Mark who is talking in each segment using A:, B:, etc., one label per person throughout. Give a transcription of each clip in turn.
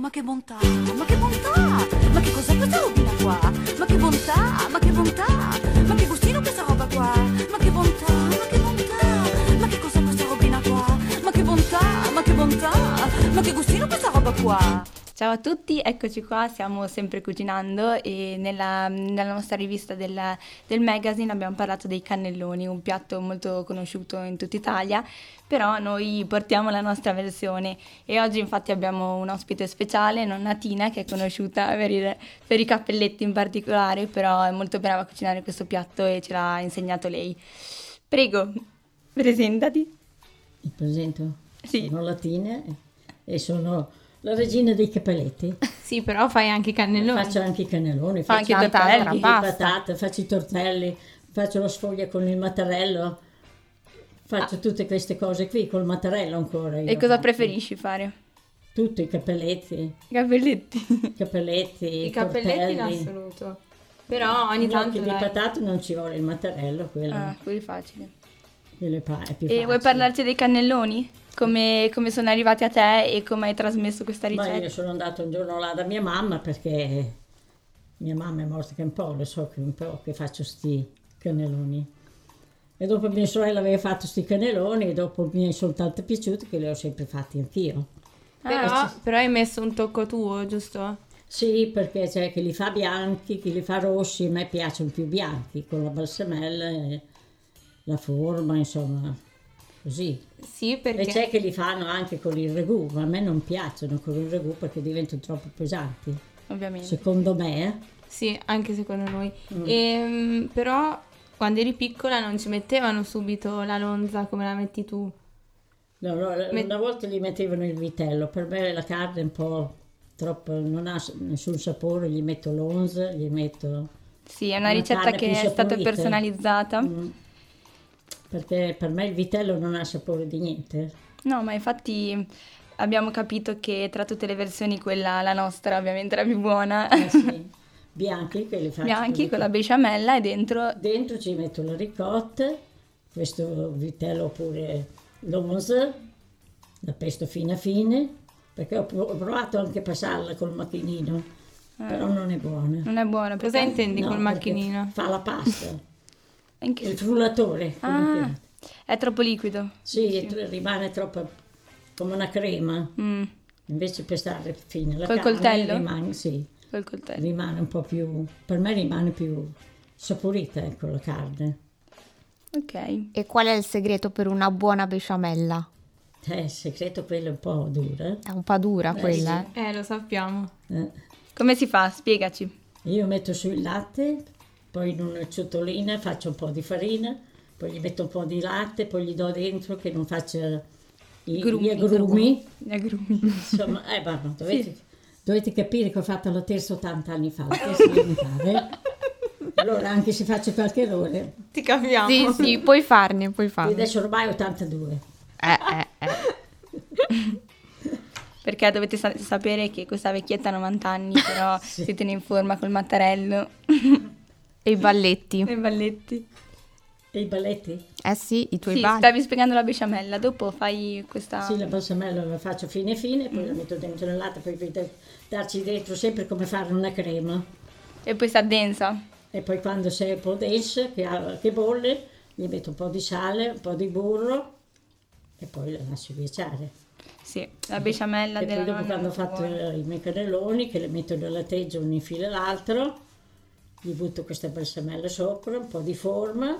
A: ma che bontà, ma che bontà, ma che cos'è questa robina qua? Ma che bontà, ma che bontà, ma che gustino questa roba qua? Ma che bontà, ma che bontà, ma che cos'è questa robina qua? Ma che bontà, ma che bontà, ma che gustino questa roba qua?
B: Ciao a tutti, eccoci qua, siamo sempre cucinando e nella, nella nostra rivista del, del magazine abbiamo parlato dei cannelloni, un piatto molto conosciuto in tutta Italia, però noi portiamo la nostra versione e oggi infatti abbiamo un ospite speciale, nonna Tina, che è conosciuta per, il- per i cappelletti in particolare, però è molto brava a cucinare questo piatto e ce l'ha insegnato lei. Prego, presentati.
C: Mi presento?
B: Sì.
C: Sono latina e- e sono la regina dei capelletti.
D: Sì, però fai anche i cannelloni.
C: Faccio anche i cannelloni,
D: Fa
C: faccio
D: anche i
B: Tanta
D: tortelli,
C: le
D: la pasta.
C: patate, faccio i tortelli, faccio la sfoglia con il mattarello. Faccio
D: Ah.
C: tutte queste cose qui col mattarello ancora. io
B: E cosa
C: faccio.
B: preferisci fare?
C: Tutti i capelletti,
B: I Cappelletti.
C: i capelletti,
D: I cappelletti in
C: tortelli. Eh.
D: assoluto. Però ogni
C: Gli
D: tanto
C: occhi di
D: dai.
C: patate non ci vuole il mattarello, quello
B: Ah, quelli facili.
C: delle pa- è più
B: E vuoi
C: facile.
B: parlarci dei cannelloni? Come, come sono arrivati a te e come hai trasmesso questa
C: Ma io
B: ricetta?
C: sono andata un giorno là da mia mamma perché mia mamma è morta che un po', lo so che un po' che faccio sti cannelloni. E dopo mia sorella aveva fatto sti cannelloni e dopo mi sono tanto piaciuti che li ho sempre fatti anch'io.
D: Però,
B: Ah,
D: però hai messo un tocco tuo, giusto?
C: Sì, perché c'è chi li fa bianchi, chi li fa rossi, a me piacciono più bianchi, con la balsamella, e la forma, insomma, così.
D: Sì,
C: E
D: perché...
C: c'è che li fanno anche con il ragù, ma a me non piacciono con il ragù perché diventano troppo pesanti,
B: ovviamente.
C: secondo me. eh.
D: Sì, anche secondo noi.
C: Mm.
D: Ehm, però quando eri piccola non ci mettevano subito la lonza come la metti tu.
C: No, no,
D: Met-
C: una volta gli mettevano il vitello, per me la carne è un po' troppo, non ha s- nessun sapore, gli metto l'onze, gli metto...
B: Sì, è una
C: Una
B: ricetta
C: carne
B: che
C: più
B: è stata
C: saporita.
B: personalizzata.
C: Mm. perché per me il vitello non ha sapore di niente.
B: No, ma infatti abbiamo capito che tra tutte le versioni quella, la nostra ovviamente è la più buona.
C: Eh sì, bianchi che li faccio.
B: Bianchi
C: così.
B: con la besciamella e dentro
C: Dentro ci metto la ricotta, questo vitello oppure l'onze, la pesto fine a fine, perché ho pro- ho provato anche a passarla col macchinino,
B: Eh.
C: però non è buona.
B: non è buona.
D: Cosa
B: Perché...
D: intendi
C: No,
D: col
C: perché
D: macchinino?
C: Fa la pasta.
B: anche-
C: Il frullatore, come
B: Ah,
C: chiamate.
B: è troppo liquido.
C: sì, e tr- rimane troppo come una crema,
B: Mm,
C: invece per stare fino alla
B: Col
C: carne
B: coltello?
C: Rimane, sì,
B: col coltello.
C: rimane un po' più, per me rimane più saporita ecco la carne.
B: Ok.
E: E qual è il segreto per una buona besciamella?
C: Eh, il segreto quello è un po' dura.
E: È un po' dura quella, eh?
D: Eh, lo sappiamo.
C: eh.
B: Come si fa? Spiegaci.
C: Io metto su il latte, poi in una ciotolina faccio un po' di farina, poi gli metto un po' di latte, poi gli do dentro che non faccia i, gli
B: Grumi,
C: agrumi.
B: Gli agrumi.
C: Insomma, eh, ma no, dovete, dovete capire che ho fatto la terza 80 anni fa, la terza elementare. Allora, anche se faccio qualche errore,
D: Ti capiamo.
E: Sì, sì, puoi farne, puoi
C: io
E: farne.
C: adesso ormai 82.
E: Eh, eh, eh.
B: Perché dovete sa- sapere che questa vecchietta ha 90 anni, però si tiene in forma col mattarello
E: E i balletti?
B: e i balletti.
C: E i balletti?
E: Eh sì, i tuoi
B: Sì,
E: balletti.
B: stavi spiegando la besciamella, dopo fai questa...
C: Sì, la balsamella la faccio fine fine, poi la metto dentro nel latte, poi vedo- darci dentro sempre come fare una crema.
B: E poi si addensa.
C: E poi quando sei un po' densa, che, ha- che bolle, gli metto un po' di sale, un po' di burro e poi la lascio ghiacciare.
B: Sì, la besciamella
C: E
B: della
C: poi dopo
B: nonna
C: quando ho
B: non si
C: fatto eh,
B: vuole.
C: i miei cannelloni, che le metto da latteggio uno in fila all'altro, gli butto questa balsamella sopra, un po' di forma.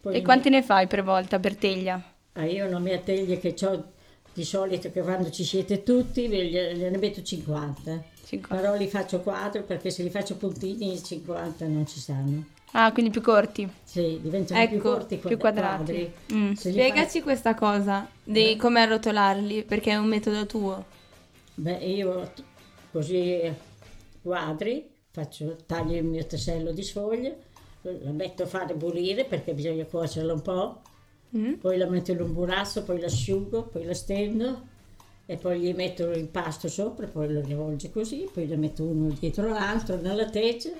C: Poi
B: E
C: gli
B: quanti ne fai per volta, per teglia?
C: Ah, io una mia teglia che ho di solito che quando ci siete tutti ve- glie- gliene metto 50.
B: 50.
C: Però li faccio 4 perché se li faccio puntini i 50 non ci stanno.
B: Ah, quindi più corti.
C: Sì, diventano Cioè, più
D: Ecco,
C: corti
B: più quadrati. Mm.
C: Se li fai- Eh.
D: Spiegaci questa cosa di come arrotolarli, perché è un metodo tuo.
C: Beh, io t- così quadri, faccio, taglio il mio tassello di sfoglia, la metto a fare bollire perché bisogna cuocerla un po', poi la metto in un burasso, poi l'asciugo, poi la stendo e poi gli metto il pasto sopra, poi lo rivolgo così, poi ne metto uno dietro l'altro nella teglia.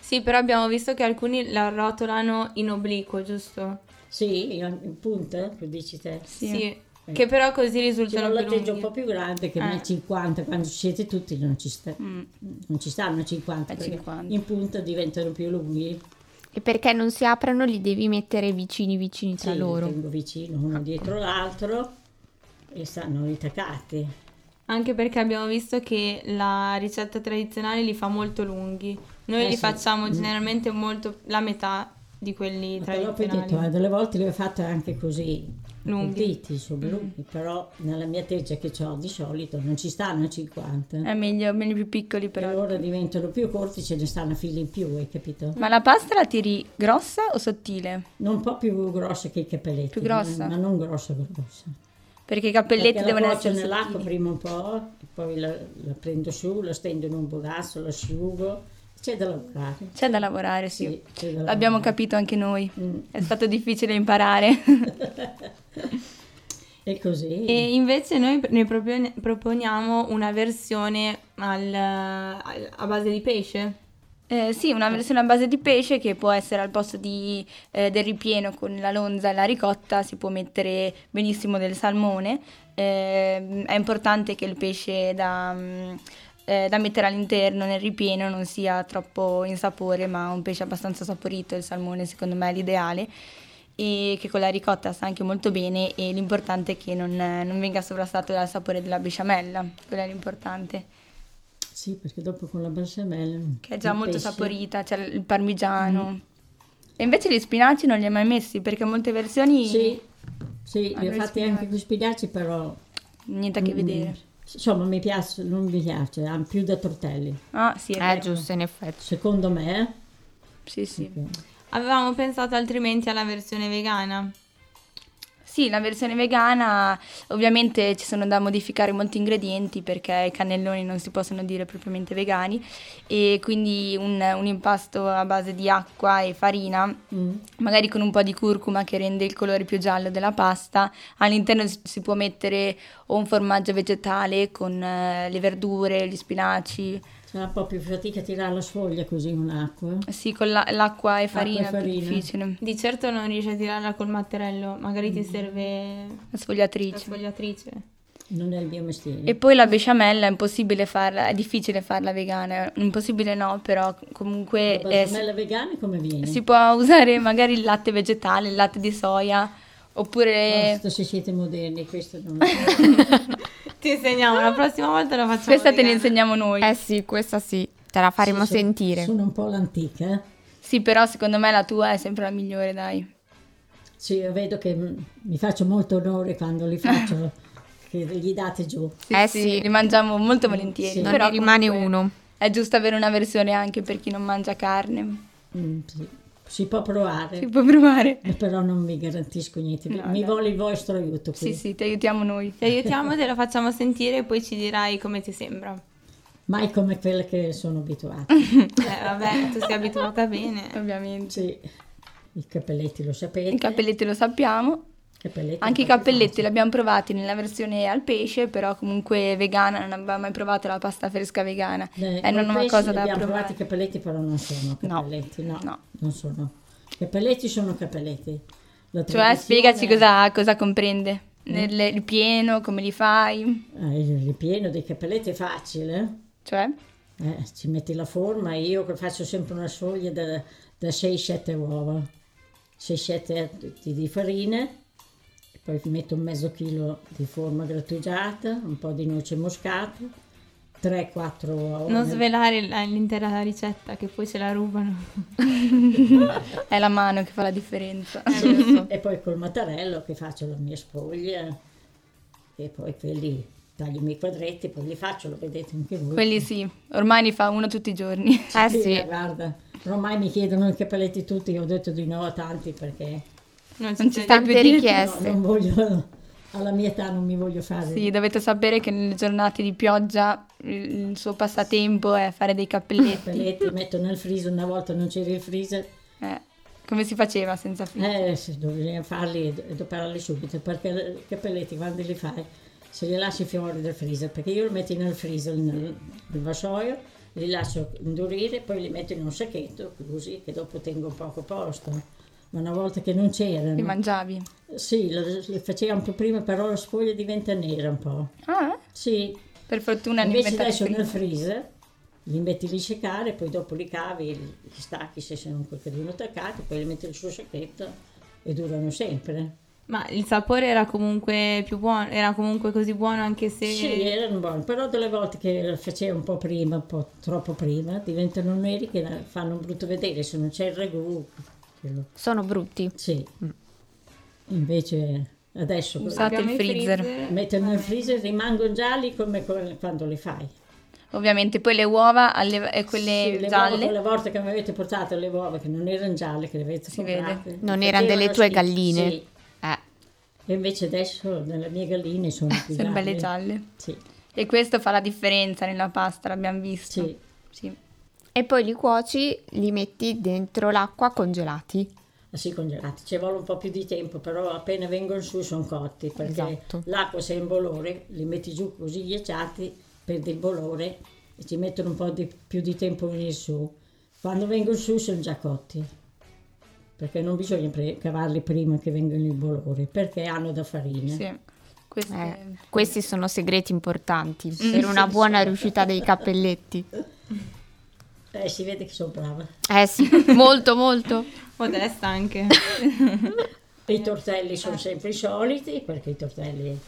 D: Sì, però abbiamo visto che alcuni la arrotolano in obliquo, giusto?
C: Sì, in in punta, che dici te.
B: Sì.
D: sì.
C: Eh,
D: Che però così
C: C'è
D: risultano
C: un
D: più
C: latteggio un
D: lunghi.
C: po' più grande che
D: Eh.
C: non è 50, quando ci siete tutti non ci, sta-
B: Mm.
C: non ci stanno 50,
B: È
C: perché
B: 50.
C: in punta diventano più lunghi.
E: E perché non si aprono li devi mettere vicini vicini tra
C: Sì,
E: loro.
C: Li tengo vicino uno dietro l'altro e stanno intaccati.
D: Anche perché abbiamo visto che la ricetta tradizionale li fa molto lunghi. Noi
C: Eh
D: li
C: sì.
D: facciamo generalmente molto la metà di quelli
C: Ma te l'ho poi
D: tradizionali.
C: detto, eh, delle volte le ho fatte anche così,
D: Lunghi.
C: colpiti, insomma, lunghi, però nella mia teggia che ho di solito non ci stanno 50.
B: È meglio, meglio i più piccoli
C: Per
B: Eh, però. Mm.
C: ora diventano più corti, ce ne stanno fili in più, hai capito?
D: Mm.
B: Ma la pasta la tiri grossa o sottile?
C: Non un po' più grossa che i capelletti.
B: Più grossa?
C: eh, Ma non grossa, grossa.
B: Perché i cappelletti
C: Perché
B: devono
C: la cuocio
B: essere
C: nell'acqua
B: sottili.
C: prima un po', e poi la, la prendo su, la stendo in un bogasso, la asciugo. C'è da lavorare.
B: C'è da lavorare, sì.
C: Sì, c'è da
B: L'abbiamo
C: lavorare.
B: capito anche noi.
C: Mm.
B: È stato difficile imparare.
C: E così.
D: E invece noi ne propone- proponiamo una versione al- al- a base di pesce.
B: Eh, sì, una versione a base di pesce che può essere al posto di, eh, del ripieno con la lonza e la ricotta, si può mettere benissimo del salmone. Eh, è importante che il pesce da, mm, eh, da mettere all'interno nel ripieno non sia troppo in sapore, ma un pesce abbastanza saporito, il salmone secondo me è l'ideale e che con la ricotta sta anche molto bene e l'importante è che non, non venga sovrastato dal sapore della besciamella, quello è l'importante,
C: Sì, perché dopo con la balsamella...
B: che è già
C: il
B: molto
C: pesce- Mm.
B: saporita, c'è il parmigiano. E invece gli spinaci non li hai mai messi perché molte versioni
C: Sì, sì,
B: Ah,
C: li ho
B: noi
C: fatti
B: spinaci.
C: anche con i spinaci, però...
B: niente a che
C: mm,
B: vedere.
C: Insomma, mi piace, non mi piace, hanno più da tortelli.
B: Ah, sì, è
E: Eh,
B: vero.
E: giusto, in effetti.
C: Secondo me...
B: Sì, sì.
D: Avevamo pensato altrimenti alla versione vegana.
B: Sì, la versione vegana ovviamente ci sono da modificare molti ingredienti perché i cannelloni non si possono dire propriamente vegani e quindi un, un impasto a base di acqua e farina,
C: mm,
B: magari con un po' di curcuma che rende il colore più giallo della pasta, all'interno si- si può mettere o un formaggio vegetale con eh, le verdure, gli spinaci,
C: C'è un po' più fatica a tirare la sfoglia così con l'acqua.
B: sì, con la- l'acqua e farina, è più
C: farina.
B: difficile,
D: Di certo non riesci a tirarla col matterello, magari
B: Mm.
D: ti serve
B: la
D: la
B: sfogliatrice.
D: sfogliatrice.
C: Non è il mio mestiere.
B: E poi la besciamella è impossibile farla, è difficile farla vegana, impossibile no, però
C: la
B: comunque eh,
C: balsamella vegana come viene?
B: si, si può usare magari il latte vegetale, il latte di soia, oppure
C: Basta se siete moderni, questo non
D: Ti insegniamo, la prossima volta la facciamo
B: questa te la
D: vegana.
B: insegniamo noi.
E: Eh sì, questa sì, te la faremo
C: Sì, sono-
E: sentire.
C: Sono un po' l'antica. eh.
B: Sì, però secondo me la tua è sempre la migliore, dai.
C: Sì, io vedo che mm, mi faccio molto onore quando li faccio, che gli date giù.
E: Eh sì.
B: li mangiamo molto volentieri,
C: Sì.
E: Non
B: però
E: ne rimane
B: comunque
E: uno.
B: È giusto avere una versione anche per chi non mangia carne.
C: Mm, sì. Si può provare,
B: Si può provare.
C: eh, però non vi garantisco niente. Mi-
B: No,
C: mi
B: dai.
C: vuole il vostro aiuto. qui.
B: Sì, sì, ti aiutiamo noi.
D: Ti aiutiamo, te la facciamo sentire e poi ci dirai come ti sembra.
C: Mai come quelle che sono abituate.
D: Eh, vabbè, tu sei abituata bene.
B: Ovviamente.
C: sì. I cappelletti lo sapete.
B: I cappelletti lo sappiamo.
C: Cappelletti
B: Anche i
C: fatti
B: cappelletti li abbiamo provati nella versione al pesce, però comunque vegana, non abbiamo mai provato la pasta fresca vegana.
C: facili. Eh,
B: è
C: col
B: non una
C: pesce
B: cosa da
C: abbiamo provato
B: provare.
C: i cappelletti, però non sono cappelletti. No,
B: no.
C: non sono. Cappelletti sono cappelletti. La
B: Cioè,
C: tradizione-
B: spiegaci cosa, cosa comprende. Nel ripieno, come li fai?
C: Ah, il ripieno dei cappelletti è facile. eh?
B: Cioè,
C: Eh, ci metti la forma, io che faccio sempre una soglia da, da 6-7 uova, 6-7 di, di farina, e poi metto un mezzo chilo di forma grattugiata, un po' di noce moscata, 3-4 uova.
D: Non svelare la- l'intera ricetta che poi ce la rubano.
B: è la mano che fa la differenza.
C: E poi col mattarello che faccio la mia sfoglia, e poi quelli taglio i miei quadretti, poi li faccio, lo vedete anche voi.
B: Quelli sì, ormai li fa uno tutti i giorni.
E: Eh
C: Sì,
E: sì,
C: guarda, ormai mi chiedono i capelletti tutti, io ho detto di no a tanti perché...
D: Non ci
B: Non ci
D: sei-
B: sta più
E: tante
B: dietro.
C: No,
E: richieste.
C: non voglio, alla mia età non mi voglio fare.
B: Eh, Sì, dovete sapere che nelle giornate di pioggia il il suo passatempo è fare dei
C: I
B: cappelletti.
C: pelletti, li metto nel freezer, una volta non c'era il freezer,
B: Eh, come si faceva senza filo?
C: eh, se bisogna farli e e doparli subito, perché i capelletti quando li fai, se li lasci fuori dal freezer, perché io li metto nel freezer, nel, nel vassoio, li lascio indurire, poi li metto in un sacchetto, così che dopo tengo un poco posto. ma una volta che non c'erano.
B: Li mangiavi?
C: Sì, le, le facevo un po' prima, però la sfoglia diventa nera un po'.
B: Ah, eh?
C: Sì,
B: per fortuna ne
C: invece
B: inventati
C: adesso nel
B: prima.
C: freezer li metti lì a seccare, poi dopo li cavi, li li stacchi se sono qualcuno attaccato, poi li metti nel suo sacchetto e durano sempre.
D: Ma il sapore era comunque più buono, era comunque così buono anche se...
C: Sì, erano buoni, però delle volte che la facevo un po' prima, un po' troppo prima, diventano neri che la- fanno brutto vedere, se non c'è il ragù. che lo-
E: Sono brutti. Mm.
C: Sì. Invece adesso
B: Usa- Usate
D: Abbiamo
B: il
D: i
B: freezer.
C: mettono nel freezer, rimangono gialli come que- quando li fai.
B: Ovviamente poi le uova alle- e
C: Sì,
B: quelle
C: le
B: gialle.
C: Uova, quella volta che mi avete portato le uova che non erano gialle, che le avete
B: Si
C: comprate,
B: vede.
E: Non
C: mi
E: erano delle
C: facevano
E: tue
C: schifo.
E: galline?
C: Sì.
E: Eh.
C: E invece adesso nelle mie galline sono più
B: Sono belle
C: gialle.
B: gialle.
C: Sì,
B: E questo fa la differenza nella pasta, l'abbiamo visto.
C: sì. Eh.
B: Sì.
E: E poi li cuoci, li metti dentro l'acqua congelati.
C: Ah, Sì, congelati, ci vuole un po' più di tempo, però appena vengono su sono cotti, perché
E: Esatto.
C: l'acqua se è in bolore, li metti giù così ghiacciati, perde il bolore e ci mettono un po' di, più di tempo a venire su. Quando vengono su sono già cotti, perché non bisogna pre- cavarli prima che vengano il bolore, perché hanno da farina.
B: Sì. Queste-
E: Eh, questi sono segreti importanti
C: Sì,
E: per una
C: sì,
E: buona
C: sì.
E: riuscita dei cappelletti.
C: Eh, si vede che sono brava.
E: Eh sì, molto molto.
D: Modesta anche.
C: I tortelli sono sempre i soliti, perché i tortelli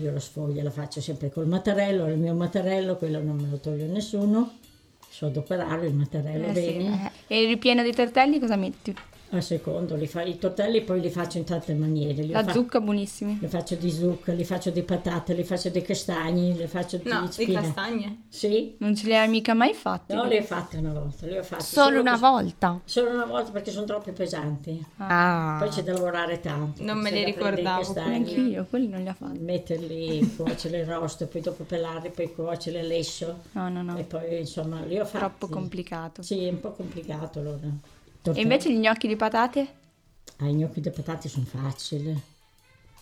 C: io la sfoglia la faccio sempre col mattarello, il mio mattarello, quello non me lo toglie nessuno, so adoperarlo il mattarello
B: Eh, sì.
C: bene,
B: E il ripieno dei tortelli cosa metti?
C: a secondo, li fa- i tortelli poi li faccio in tante maniere, li,
B: La
C: fa-
B: zucca, buonissimi.
C: li faccio di zucca, li faccio di patate, li faccio di castagni, li faccio di
D: No, di
C: spinaci.
D: castagne.
C: Sì?
B: Non ce li hai mica mai fatti?
C: No, li ho fatti una volta, li ho fatti
E: Solo
C: solo
E: una
C: che-
E: volta.
C: Solo una volta perché sono troppo pesanti,
E: Ah.
C: poi c'è da lavorare tanto.
D: Non me
C: c'è
D: li
C: da prendere i
D: ricordavo,
C: castagni.
B: Anch'io, quelli non li ho fatti.
C: metterli, cuocerli rosto, poi dopo pelarli, poi cuocerli lesso
B: No, no,
C: e
B: no.
C: poi insomma li ho fatti.
B: Troppo complicato.
C: Sì, è un po' complicato allora.
B: E invece gli gnocchi di patate?
C: Ah, i gnocchi di patate sono facili.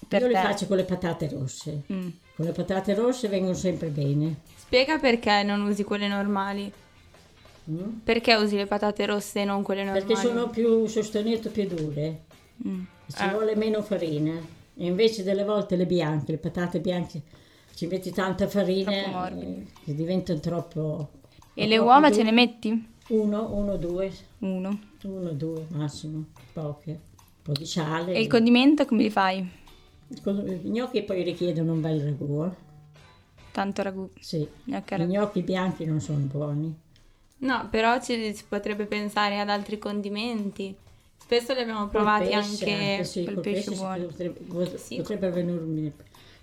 B: Per
C: Io li
B: te.
C: faccio con le patate rosse.
B: Mm.
C: Con le patate rosse vengono sempre bene.
D: Spiega perché non usi quelle normali.
C: mm?
D: Perché usi le patate rosse e non quelle normali?
C: Perché sono più sostenute, più dure.
B: Mm.
C: Ci vuole meno farina. E invece delle volte le bianche, le patate bianche, ci metti tanta
B: Troppo
C: farina
B: morbide.
C: eh, che diventano troppo...
B: E le
C: troppo
B: uova ce
C: dure.
B: le metti?
C: Uno, uno, due.
B: Uno.
C: Uno, due massimo, poche, un po' di sale.
B: E il condimento come li fai?
C: Il cond- I gnocchi poi richiedono un bel ragù, eh.
B: Tanto ragù.
C: sì.
B: Gnocchi al
C: I
B: ragù.
C: gnocchi bianchi non sono buoni.
D: No, però ci, si potrebbe pensare ad altri condimenti. Spesso li abbiamo
C: Col
D: provati
C: pesce,
D: anche...
C: sì,
B: col
C: col
B: pesce
C: pesce si
B: buono.
C: Potrebbe,
D: Sì.
C: potrebbe venirmi...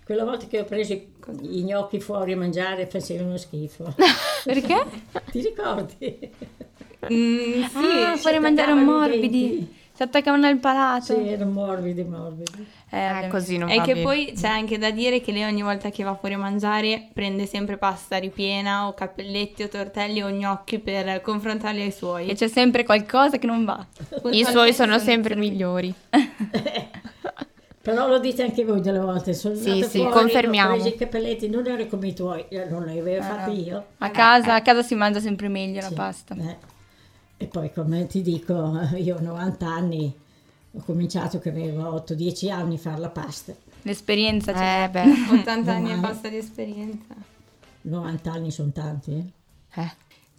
C: Quella volta che ho preso i, i gnocchi fuori a mangiare facevano schifo.
B: Perché?
C: Ti ricordi?
D: Mm, sì.
B: ah,
C: si
B: fare mangiare
C: attaccavano i
B: morbidi.
C: denti.
B: Si attaccavano al palato.
C: Sì, erano morbidi, morbidi.
B: Eh,
E: Eh,
B: ovviamente.
E: così non
D: E
E: va
D: che
E: bene.
D: poi c'è anche da dire che lei ogni volta che va fuori a mangiare prende sempre pasta ripiena o cappelletti o tortelli o gnocchi per confrontarli ai
B: E
D: suoi.
B: c'è sempre qualcosa che non va.
E: I suoi sono sempre migliori.
C: Però lo dite anche voi delle volte, sono
E: Sì,
C: andata
E: sì,
C: fuori,
E: confermiamo.
C: Ho preso i capelletti, non ero come i tuoi, eh, non li
B: Ah,
C: avevo fatti io. Eh.
B: A casa, a casa si mangia sempre meglio la
C: Sì,
B: pasta.
C: eh. E poi come ti dico, io ho 90 anni, ho cominciato che avevo 8-10 anni a fare la pasta.
B: L'esperienza c'è.
E: Eh beh.
D: 80 anni e
C: Domani.
D: passa di esperienza.
C: 90 anni sono tanti, eh.
E: Eh,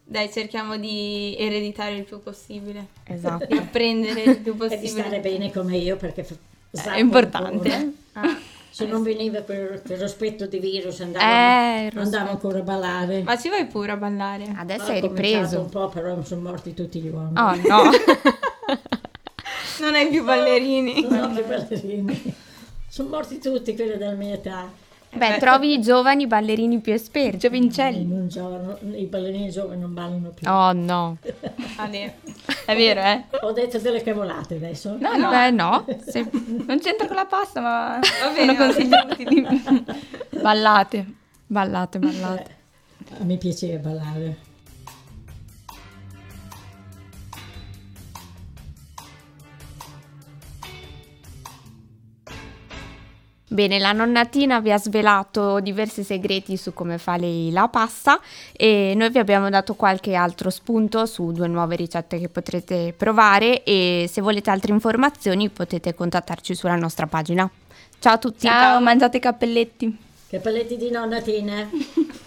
D: Dai, cerchiamo di ereditare il più possibile.
E: esatto.
D: E apprendere il più
C: E di stare
D: possibile.
C: bene come io perché fa-
B: è
C: zappo
B: importante.
C: ancora.
B: eh.
D: Ah,
C: Se non veniva per, per aspetto di virus andavo,
E: Eh, il
C: andavo ancora a ballare.
D: ma ci vuoi pure a ballare?
E: Adesso
C: Ho
E: hai
C: cominciato
E: ripreso.
C: un po', però sono morti tutti gli uomini.
E: Oh no.
D: Non hai più ballerini.
C: Sono morti i ballerini. Sono morti tutti quelli della mia età.
E: Beh, trovi i giovani ballerini più
B: I
E: esperti.
B: Eh. Giovincelli,
C: Non giovano- I ballerini giovani non ballano più.
E: Oh no.
D: Ale,
B: è vero, eh?
C: Ho detto delle cavolate adesso.
B: No, no,
E: Beh, no. Se-
B: non c'entra con la pasta, ma sono
D: bene,
B: consigli
D: va
B: utili. Ballate.
E: Ballate, ballate.
C: Eh, Mi piaceva ballare.
E: Bene, la nonnatina vi ha svelato diversi segreti su come fa lei la pasta e noi vi abbiamo dato qualche altro spunto su due nuove ricette che potrete provare e se volete altre informazioni potete contattarci sulla nostra pagina. Ciao a tutti!
B: Ciao, mangiate i cappelletti.
C: Che palletti di nonna Tina!